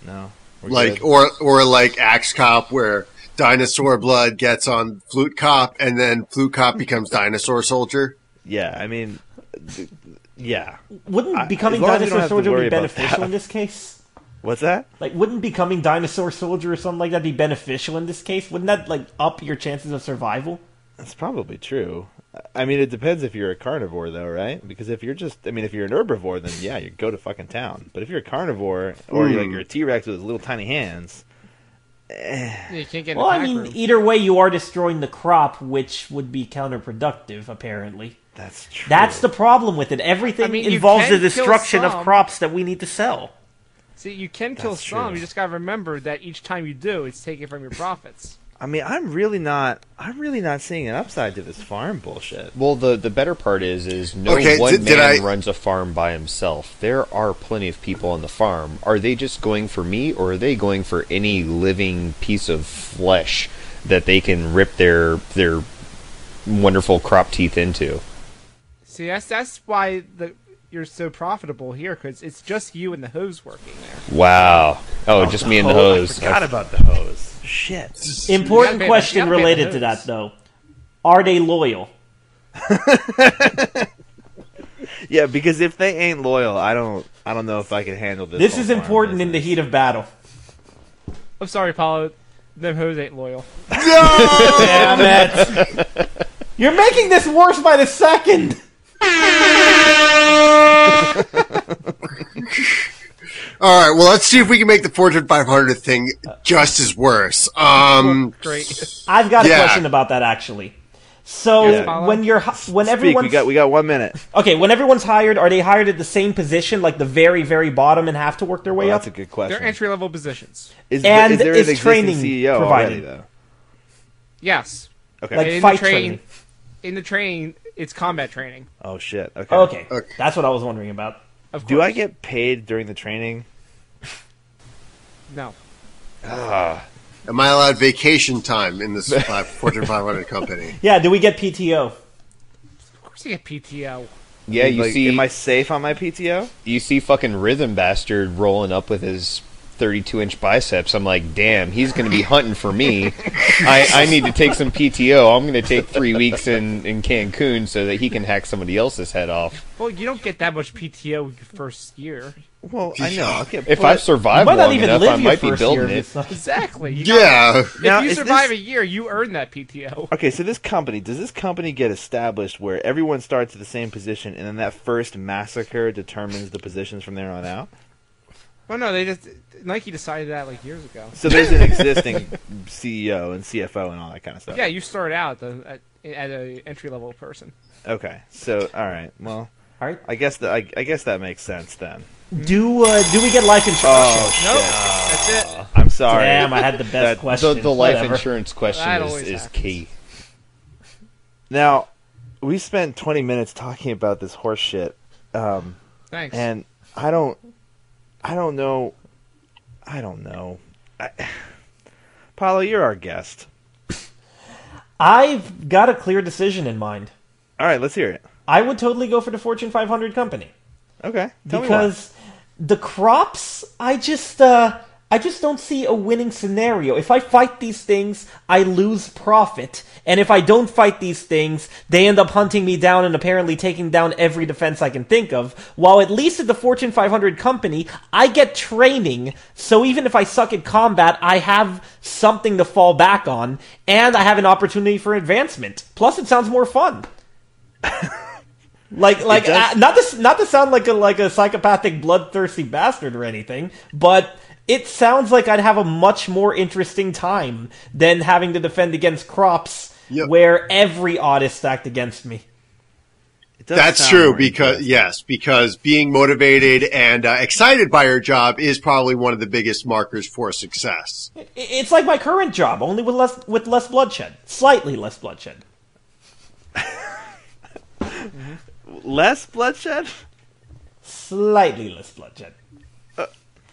Speaker 3: No. We're
Speaker 5: Uh. like
Speaker 3: good.
Speaker 5: or or like Axe Cop where dinosaur blood gets on Flute Cop and then Flute Cop becomes Dinosaur Soldier.
Speaker 3: Yeah, I mean th- th- yeah.
Speaker 1: Wouldn't
Speaker 3: I-
Speaker 1: becoming
Speaker 3: as long as we don't
Speaker 1: dinosaur
Speaker 3: have to
Speaker 1: soldier
Speaker 3: worry
Speaker 1: be
Speaker 3: about
Speaker 1: beneficial
Speaker 3: that.
Speaker 1: in this case?
Speaker 3: What's that?
Speaker 1: Like, wouldn't becoming dinosaur soldier or something like that be beneficial in this case? Wouldn't that like up your chances of survival?
Speaker 3: That's probably true. I mean, it depends if you're a carnivore, though, right? Because if you're just, I mean, if you're an herbivore, then yeah, you go to fucking town. But if you're a carnivore, or you're
Speaker 7: Hmm.
Speaker 3: like you're a T Rex with little tiny hands,
Speaker 4: Yeah, you can't get in
Speaker 1: Well,
Speaker 4: the
Speaker 1: I
Speaker 4: back
Speaker 1: mean,
Speaker 4: room.
Speaker 3: e-
Speaker 1: either way, you are destroying the crop, which would be counterproductive, apparently.
Speaker 3: that's true.
Speaker 1: That's the problem with it. Everything
Speaker 4: I mean, you
Speaker 1: involves
Speaker 4: can
Speaker 1: the destruction
Speaker 4: kill
Speaker 1: of
Speaker 4: some.
Speaker 1: crops that we need to sell.
Speaker 4: See, you can kill
Speaker 3: That's
Speaker 4: some.
Speaker 3: true.
Speaker 4: You just gotta remember that each time you do, it's taken from your profits.
Speaker 3: I mean, I'm really not. I'm really not seeing an upside to this farm bullshit.
Speaker 7: Well, the the better part is is no
Speaker 5: Okay,
Speaker 7: one
Speaker 5: did-
Speaker 7: man
Speaker 5: did I-
Speaker 7: runs a farm by himself. There are plenty of people on the farm. Are they just going for me, or are they going for any living piece of flesh that they can rip their their wonderful crop teeth into?
Speaker 4: See, that's that's why the you're so profitable here because it's just you and the hose working there.
Speaker 7: Wow! Oh, just me and the hose.
Speaker 3: I forgot about the hose. Shit.
Speaker 1: Important
Speaker 4: pay the- you
Speaker 1: question
Speaker 4: gotta pay the
Speaker 1: related to that,
Speaker 4: notes.
Speaker 1: though. Are they loyal?
Speaker 3: Yeah, because if they ain't loyal, I don't. I don't know if I can handle this.
Speaker 1: This
Speaker 4: Oh,
Speaker 3: whole
Speaker 1: is
Speaker 3: farm
Speaker 1: important in the
Speaker 3: business.
Speaker 1: heat of
Speaker 3: (laughs)
Speaker 1: battle.
Speaker 4: I'm sorry, Paulo. Them hose ain't loyal.
Speaker 1: Damn it! (laughs) You're making this worse by the second.
Speaker 5: All right, well, let's see if we can make the Fortune 500 thing just as worse. Um,
Speaker 4: Great.
Speaker 1: I've got
Speaker 5: Yeah.
Speaker 1: a question about that actually. So
Speaker 4: Yes, Paolo?
Speaker 1: when you're hi- when
Speaker 3: Speak,
Speaker 1: everyone's
Speaker 3: we got we got one minute.
Speaker 1: okay, when everyone's hired, are they hired at the same position, like the very very bottom, and have to work their way
Speaker 3: Well,
Speaker 1: up?
Speaker 3: Oh, that's a good
Speaker 4: (laughs)
Speaker 3: question.
Speaker 4: They're entry level positions.
Speaker 3: Is,
Speaker 1: And
Speaker 3: is there
Speaker 1: is
Speaker 3: an existing
Speaker 1: training
Speaker 3: CEO already
Speaker 1: provided?
Speaker 3: though?
Speaker 4: Yes.
Speaker 3: Okay.
Speaker 1: Like-
Speaker 4: And in
Speaker 1: fight
Speaker 4: the train,
Speaker 1: training.
Speaker 4: In the train, it's combat training.
Speaker 3: oh shit. Okay.
Speaker 1: okay.
Speaker 5: Okay.
Speaker 1: that's what I was wondering about.
Speaker 4: Of course.
Speaker 3: Do I get paid during the training?
Speaker 4: No.
Speaker 5: am I allowed vacation time in this uh, Fortune 500 company?
Speaker 1: Yeah, do we get PTO?
Speaker 4: Of course, you get PTO.
Speaker 7: Yeah, you
Speaker 3: Like,
Speaker 7: see,
Speaker 3: Am I safe on my PTO?
Speaker 7: you see, fucking rhythm bastard rolling up with his. 32 inch biceps. I'm like, damn, he's going to be hunting
Speaker 1: (laughs)
Speaker 7: for me. I, I need to take some PTO. I'm going to take three weeks in, in Cancun so that he can hack somebody else's head off.
Speaker 4: Well, you don't get that much PTO your first year.
Speaker 3: Well, I know. I'll get
Speaker 7: If I survive
Speaker 1: You might not
Speaker 7: long
Speaker 1: even
Speaker 7: enough, I
Speaker 1: live your
Speaker 7: might be
Speaker 1: first year.
Speaker 7: building
Speaker 1: if
Speaker 7: it.
Speaker 1: it's not-
Speaker 4: Exactly. You gotta-
Speaker 5: Yeah.
Speaker 3: Now,
Speaker 4: if you
Speaker 3: is
Speaker 4: survive
Speaker 3: this-
Speaker 4: a year, you earn that (laughs) PTO.
Speaker 3: Okay, so this company does this company get established where everyone starts at the same position, and then that first massacre determines the positions from there on out?
Speaker 4: Well, Oh, no, they just Nike decided that like years ago.
Speaker 3: So there's an existing CEO and CFO and all that kind of stuff.
Speaker 4: Yeah, you start out the, at, at a entry level person.
Speaker 3: Okay. So all right. Well,
Speaker 1: All right.
Speaker 3: I guess that I, I guess that makes sense then.
Speaker 1: Do uh, do we get life
Speaker 7: Uh,
Speaker 1: insurance?
Speaker 4: Nope, that's it.
Speaker 3: I'm sorry.
Speaker 1: Damn, I had the best
Speaker 3: That-
Speaker 1: question.
Speaker 7: The, the life
Speaker 1: Whatever.
Speaker 7: insurance question
Speaker 4: That
Speaker 7: is,
Speaker 4: always
Speaker 7: is
Speaker 4: happens.
Speaker 7: key.
Speaker 3: Now, we spent 20 minutes talking about this horse shit, um,
Speaker 4: Thanks.
Speaker 3: and I don't, I don't know, I don't know. I, Paolo, you're our guest.
Speaker 1: I've got a clear decision in mind.
Speaker 3: All right, let's hear it.
Speaker 1: I would totally go for the Fortune 500 company
Speaker 3: Okay, tell me
Speaker 1: because the crops, I just, uh, I just don't see a winning scenario. If I fight these things, I lose profit, and if I don't fight these things, they end up hunting me down and apparently taking down every defense I can think of. While at least at the Fortune 500 company, I get training, so even if I suck at combat, I have something to fall back on, and I have an opportunity for advancement. Plus, it sounds more fun. Like, like
Speaker 3: does.
Speaker 1: uh, not to s- not to sound like a like a psychopathic, bloodthirsty bastard or anything, but it sounds like I'd have a much more interesting time than having to defend against crops,
Speaker 5: Yep.
Speaker 1: where every odd stacked against me.
Speaker 3: It does
Speaker 5: That's
Speaker 3: sound
Speaker 5: true
Speaker 3: more
Speaker 5: because
Speaker 3: interesting.
Speaker 5: yes, because being motivated and uh, excited by your job is probably one of the biggest markers for success.
Speaker 1: I- It's like my current job, only with less with less bloodshed, slightly less bloodshed.
Speaker 3: less bloodshed.
Speaker 5: (laughs)
Speaker 1: slightly less bloodshed.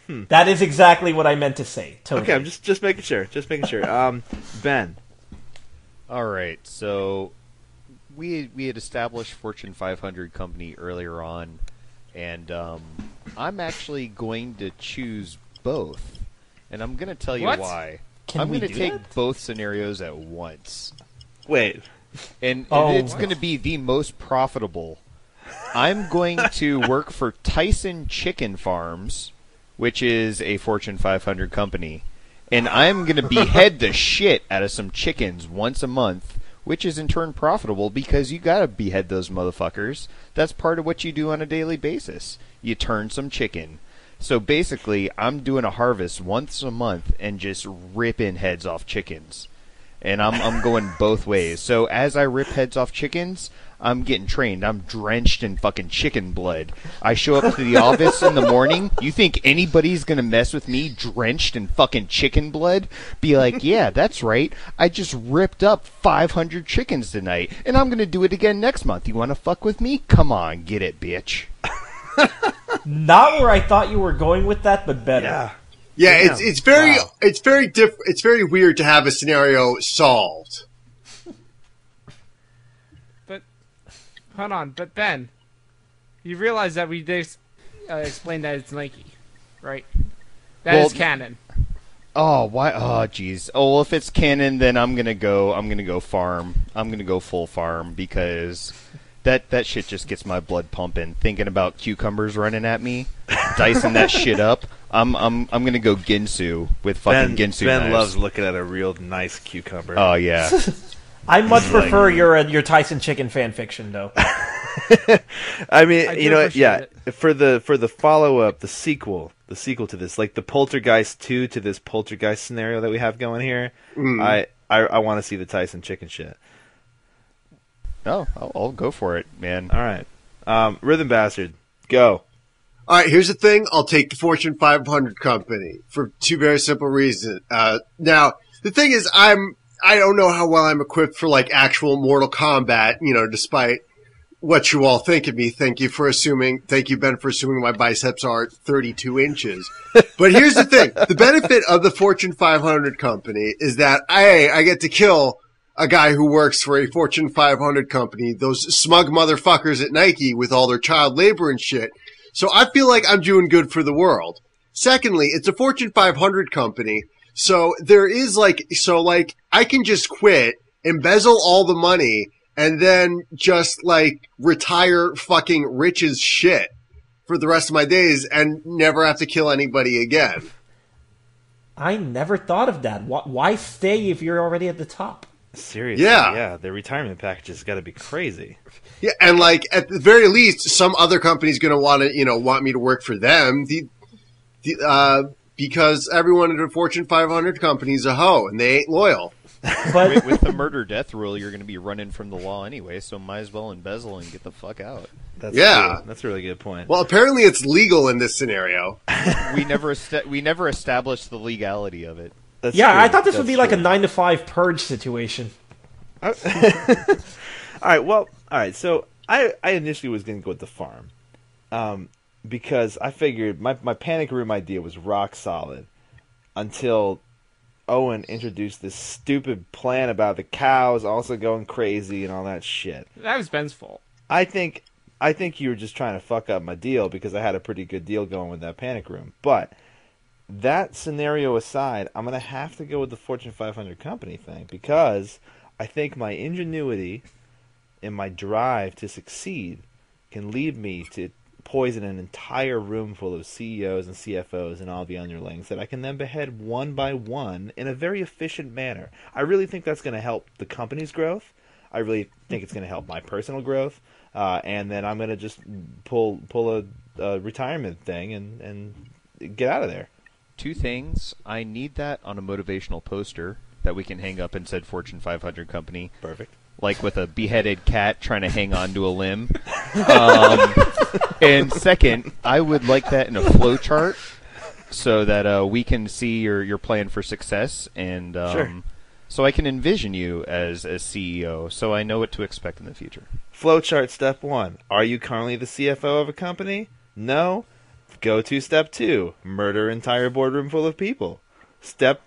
Speaker 1: That is exactly what I meant to say. Totally.
Speaker 3: Uh, hmm. Okay, I'm just just making sure, just making sure. Um, Ben,
Speaker 7: All right, so we we had established Fortune 500 company earlier on, and um, I'm actually going to choose both, and I'm going to tell you
Speaker 4: What?
Speaker 7: why.
Speaker 1: Can
Speaker 7: I'm
Speaker 1: we
Speaker 7: going to
Speaker 1: do
Speaker 7: take
Speaker 1: that?
Speaker 7: both scenarios at once,
Speaker 3: wait.
Speaker 7: and, and
Speaker 1: Oh.
Speaker 7: it's going to be the most profitable. I'm going to work for Tyson Chicken Farms, which is a Fortune 500 company, and I'm going to behead the shit out of some chickens once a month, which is in turn profitable because you got to behead those motherfuckers. That's part of what you do on a daily basis. You turn some chicken. So basically, I'm doing a harvest once a month and just ripping heads off chickens. And I'm I'm going both ways. So as I rip heads off chickens, I'm getting trained. I'm drenched in fucking chicken blood. I show up to the office in the morning. You think anybody's gonna mess with me drenched in fucking chicken blood? Be like, yeah, that's right. I just ripped up 500 chickens tonight, and I'm gonna do it again next month. You wanna fuck with me? Come on, get it, bitch.
Speaker 1: Not where I thought you were going with that, but better.
Speaker 5: Yeah, it's it's very it's very diff it's very weird to have a scenario solved.
Speaker 4: But hold on, but Ben, you realize that we did uh, explain that it's Nike, right? That is
Speaker 7: Well,
Speaker 4: canon.
Speaker 7: Oh, why? Oh, jeez. Oh, well, if it's canon, then I'm gonna go. I'm gonna go farm. I'm gonna go full farm because that that shit just gets my blood pumping. Thinking about cucumbers running at me,
Speaker 3: (laughs)
Speaker 7: dicing that shit up. I'm I'm I'm gonna go Ginsu with
Speaker 3: Ben,
Speaker 7: fucking Ginsu
Speaker 3: ben
Speaker 7: knives.
Speaker 3: loves looking at a real nice cucumber.
Speaker 7: Oh yeah.
Speaker 3: (laughs)
Speaker 1: I much prefer your uh, your Tyson chicken fan fiction, though.
Speaker 3: I mean,
Speaker 4: I do
Speaker 3: you know,
Speaker 4: appreciate
Speaker 3: yeah. For the for the follow up, the sequel, the sequel to this, like the Poltergeist two to this Poltergeist scenario that we have going here.
Speaker 5: Mm.
Speaker 3: I I, I want to see the Tyson chicken shit.
Speaker 7: Oh, I'll, I'll go for it, man.
Speaker 3: All right, um, Rhythm Bastard, go.
Speaker 5: All right, here's the thing. I'll take the Fortune 500 company for two very simple reasons. Uh, now, the thing is, I'm, I don't know how well I'm equipped for like actual Mortal Kombat, you know, despite what you all think of me. Thank you for assuming, thank you, Ben, for assuming my biceps are 32 inches. but here's the thing. The benefit of the Fortune 500 company is that I, I get to kill a guy who works for a Fortune 500 company, those smug motherfuckers at Nike with all their child labor and shit. So I feel like I'm doing good for the world. Secondly, it's a Fortune 500 company. So there is like, so like I can just quit, embezzle all the money and then just like retire fucking rich as shit. for the rest of my days and never have to kill anybody again.
Speaker 1: I never thought of that. Why, why stay if you're already at the
Speaker 3: (laughs)
Speaker 1: top?
Speaker 3: Seriously,
Speaker 5: Yeah.
Speaker 3: yeah. The retirement package has got to be crazy.
Speaker 5: Yeah, and like at the very least, some other company's going to want to, you know, want me to work for them. The, the, uh, because everyone at a Fortune 500 company's a hoe and they ain't loyal.
Speaker 1: But
Speaker 7: With the murder death rule, you're going to be running from the law anyway, so might as well embezzle and get the fuck out.
Speaker 3: That's
Speaker 5: Yeah.
Speaker 3: true. that's a really good point.
Speaker 5: Well, apparently it's legal in this scenario.
Speaker 7: We never (laughs) est- we never established the legality of it.
Speaker 3: That's
Speaker 1: yeah,
Speaker 3: true.
Speaker 1: I thought this would
Speaker 3: That's
Speaker 1: be like a
Speaker 3: true.
Speaker 1: nine to five purge situation.
Speaker 3: All right. Well, all right. So I I initially was going to go with the farm, um, because I figured my my panic room idea was rock solid until Owen introduced this stupid plan about the cows also going crazy and all that shit.
Speaker 4: That was Ben's fault.
Speaker 3: I think I think you were just trying to fuck up my deal because I had a pretty good deal going with that panic room. But that scenario aside, I'm gonna have to go with the Fortune 500 company thing because I think my ingenuity and my drive to succeed can lead me to poison an entire room full of CEOs and CFOs and all the underlings that I can then behead one by one in a very efficient manner. I really think that's going to help the company's growth. I really think it's going to help my personal growth, uh, and then I'm going to just pull pull a, a retirement thing and and get out of there.
Speaker 7: Two things. I need that on a motivational poster that we can hang up and said Fortune 500 company.
Speaker 3: Perfect.
Speaker 7: like with a beheaded cat trying to hang on to a limb. (laughs) Um, and second, I would like that in a flow chart so that uh, we can see your, your plan for success and um,
Speaker 3: Sure.
Speaker 7: so I can envision you as as CEO so I know what to expect in the future.
Speaker 3: Flowchart step one. Are you currently the CFO of a company? No. Go to step two. Murder entire boardroom full of people. Step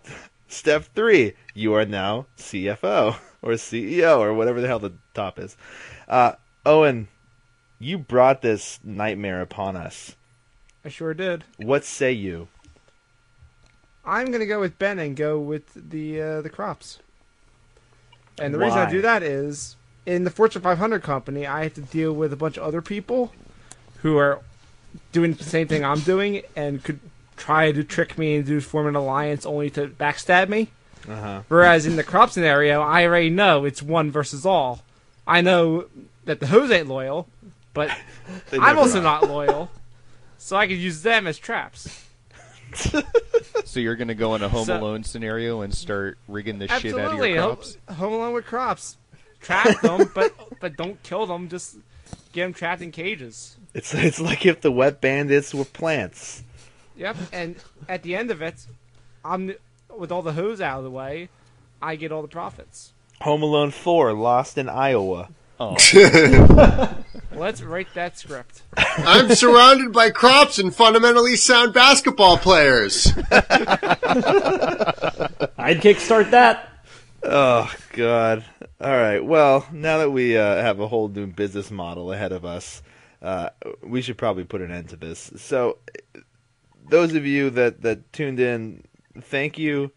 Speaker 3: step three. You are now CFO or CEO or whatever the hell the top is. Uh, Owen, you brought this nightmare upon us.
Speaker 4: I sure did.
Speaker 3: What say you?
Speaker 4: I'm gonna go with Ben and go with the uh, the crops. And the reason I
Speaker 1: Why?
Speaker 4: do that is in the Fortune 500 company, I have to deal with a bunch of other people who are doing the same thing I'm doing and could try to trick me and do form an alliance only to backstab me.
Speaker 3: Uh-huh.
Speaker 4: Whereas in the crop scenario, I already know it's one versus all. I know that the hoes ain't loyal,
Speaker 3: (laughs)
Speaker 4: but
Speaker 3: They
Speaker 4: I'm
Speaker 3: never
Speaker 4: also
Speaker 3: are.
Speaker 4: not loyal, so I could use them as traps.
Speaker 7: So you're going to go in a home
Speaker 4: So-
Speaker 7: alone scenario and start rigging the shit out of
Speaker 4: Absolutely,
Speaker 7: your crops?
Speaker 4: Ho- home alone with crops. (laughs) Trap them, but but don't kill them. Just get them trapped in cages.
Speaker 3: It's it's like if the wet bandits were plants.
Speaker 4: Yep. And at the end of it, I'm with all the hoes out of the way. I get all the profits.
Speaker 3: Home Alone Four, Lost in Iowa.
Speaker 4: Let's write that script.
Speaker 5: I'm surrounded by crops and fundamentally sound basketball players.
Speaker 1: I'd kickstart that.
Speaker 3: Oh God! All right. Well, now that we uh, have a whole new business model ahead of us, uh, we should probably put an end to this. So, those of you that that tuned in, thank you.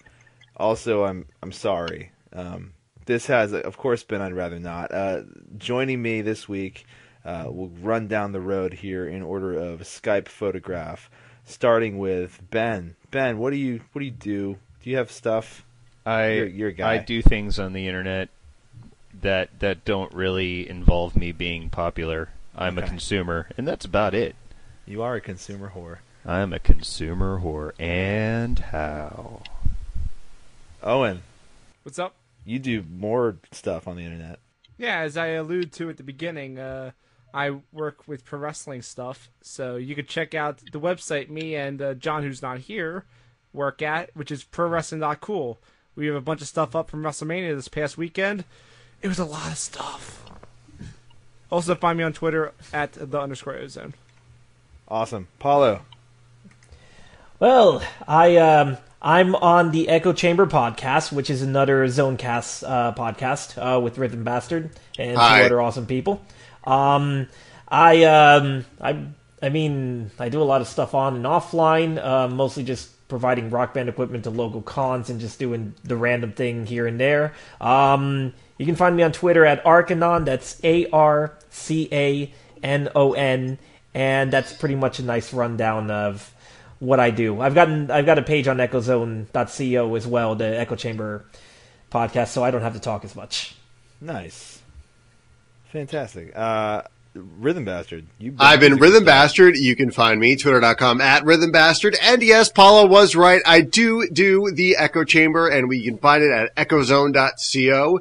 Speaker 3: Also, I'm I'm sorry. Um, this has, of course, been I'd rather not. Uh, joining me this week, uh, we'll run down the road here in order of Skype photograph, starting with Ben. Ben, what do you what do you do? Do you have stuff?
Speaker 7: I
Speaker 3: You're- you're a guy.
Speaker 7: I do things on the internet that that don't really involve me being popular. I'm a
Speaker 3: Okay.
Speaker 7: consumer and that's about it.
Speaker 3: You are a consumer whore.
Speaker 7: I'm a consumer whore, and how?
Speaker 3: Owen,
Speaker 4: What's up?
Speaker 3: you do more stuff on the internet.
Speaker 4: Yeah, as I allude to at the beginning, uh, I work with pro wrestling stuff, so you could check out the website me and uh, John, who's not here, work at, which is prowrestling.cool. We have a bunch of stuff up from WrestleMania this past weekend. It was a lot of stuff. Also, find me on Twitter at the underscore ozone.
Speaker 3: Awesome, Paulo.
Speaker 1: Well, I um, I'm on the Echo Chamber podcast, which is another Zonecast uh, podcast uh, with Rhythm Bastard and
Speaker 5: Hi.
Speaker 1: two other awesome people. Um, I um, I I mean, I do a lot of stuff on and offline, uh, mostly just providing rock band equipment to local cons and just doing the random thing here and there. Um, you can find me on Twitter at Arcanon. That's A R C A N O N. and that's pretty much a nice rundown of what I do. I've gotten I've got a page on EchoZone.co as well, the Echo Chamber podcast, so I don't have to talk as much.
Speaker 3: Nice. Fantastic. Uh, Rhythm Bastard. You
Speaker 5: I've been Rhythm Bastard. You can find me, twitter.com at Rhythm Bastard. And yes, Paula was right. I do do the Echo Chamber, and we can find it at echozone.co.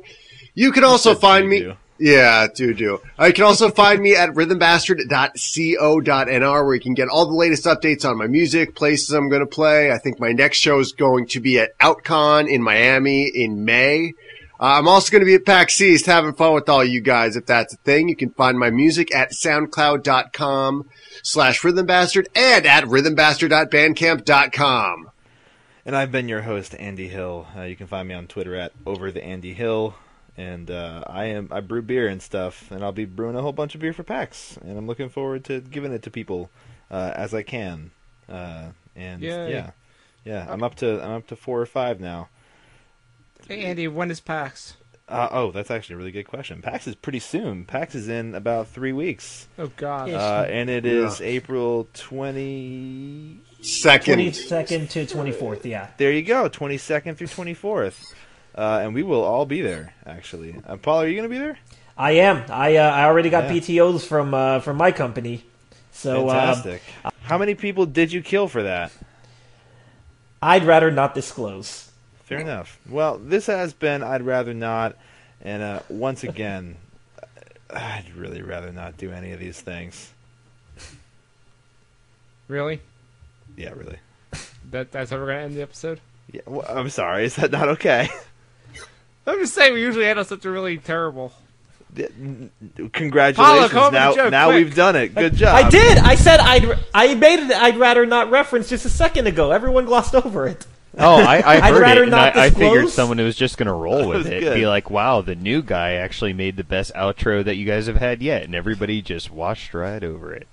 Speaker 5: You can also
Speaker 3: said
Speaker 5: find
Speaker 3: do
Speaker 5: me.
Speaker 3: do.
Speaker 5: Yeah, do do. Uh, you can also find me at rhythmbastard.co.nr where you can get all the latest updates on my music, places I'm going to play. I think my next show is going to be at OutCon in Miami in May. Uh, I'm also going to be at PAX East having fun with all you guys if that's a thing. You can find my music at soundcloud.com slash rhythmbastard and at rhythmbastard.bandcamp.com.
Speaker 3: And I've been your host, Andy Hill. Uh, you can find me on Twitter at over the Andy Hill. And uh, I am I brew beer and stuff, and I'll be brewing a whole bunch of beer for PAX, and I'm looking forward to giving it to people uh, as I can. Uh, and
Speaker 4: Yay.
Speaker 3: yeah, yeah, I'm up to I'm up to four or five now.
Speaker 4: Hey Andy, when is PAX?
Speaker 3: Uh, oh, that's actually a really good question. PAX is pretty soon. PAX is in about three weeks,
Speaker 4: Oh God.
Speaker 3: uh, and it is April twenty.
Speaker 1: Twenty
Speaker 5: Second.
Speaker 1: second to twenty fourth, yeah.
Speaker 3: There you go, twenty second through twenty fourth, uh, and we will all be there. Actually, uh, Paul, are you going to be there?
Speaker 1: I am. I uh, I already got
Speaker 3: Yeah.
Speaker 1: PTOS from uh, from my company, so uh,
Speaker 3: Fantastic. How many people did you kill for that?
Speaker 1: I'd rather not disclose.
Speaker 3: Fair enough. Well, this has been I'd rather not, and uh, once again, (sighs) I'd really rather not do any of these things.
Speaker 4: really?
Speaker 3: Yeah, really.
Speaker 4: That that's how we're gonna end the episode?
Speaker 3: Yeah, well, I'm sorry. Is that not okay? (laughs)
Speaker 4: I'm just saying we usually end on something really terrible.
Speaker 3: Congratulations!
Speaker 4: Paula, come up with a
Speaker 3: now,
Speaker 4: joke,
Speaker 3: now
Speaker 4: quick.
Speaker 3: we've done it. Good job.
Speaker 1: I did. I said I'd. I made it. I'd rather not reference just a second ago. Everyone glossed over it.
Speaker 7: Oh, (laughs) I, I
Speaker 1: I'd
Speaker 7: heard it,
Speaker 1: rather
Speaker 7: and
Speaker 1: not
Speaker 7: I, I figured
Speaker 1: disclose.
Speaker 7: someone was just going to (laughs) roll with
Speaker 3: was
Speaker 7: it,
Speaker 3: good.
Speaker 7: be like, "Wow, the new guy actually made the best outro that you guys have had yet," and everybody just washed right over it.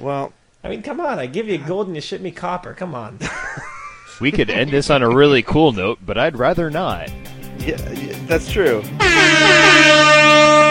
Speaker 3: Well,
Speaker 1: I mean, come on. I give you gold and you ship me copper. Come on.
Speaker 7: We could end this on a really cool note, but I'd rather not.
Speaker 3: yeah, yeah, that's true.
Speaker 8: Bye.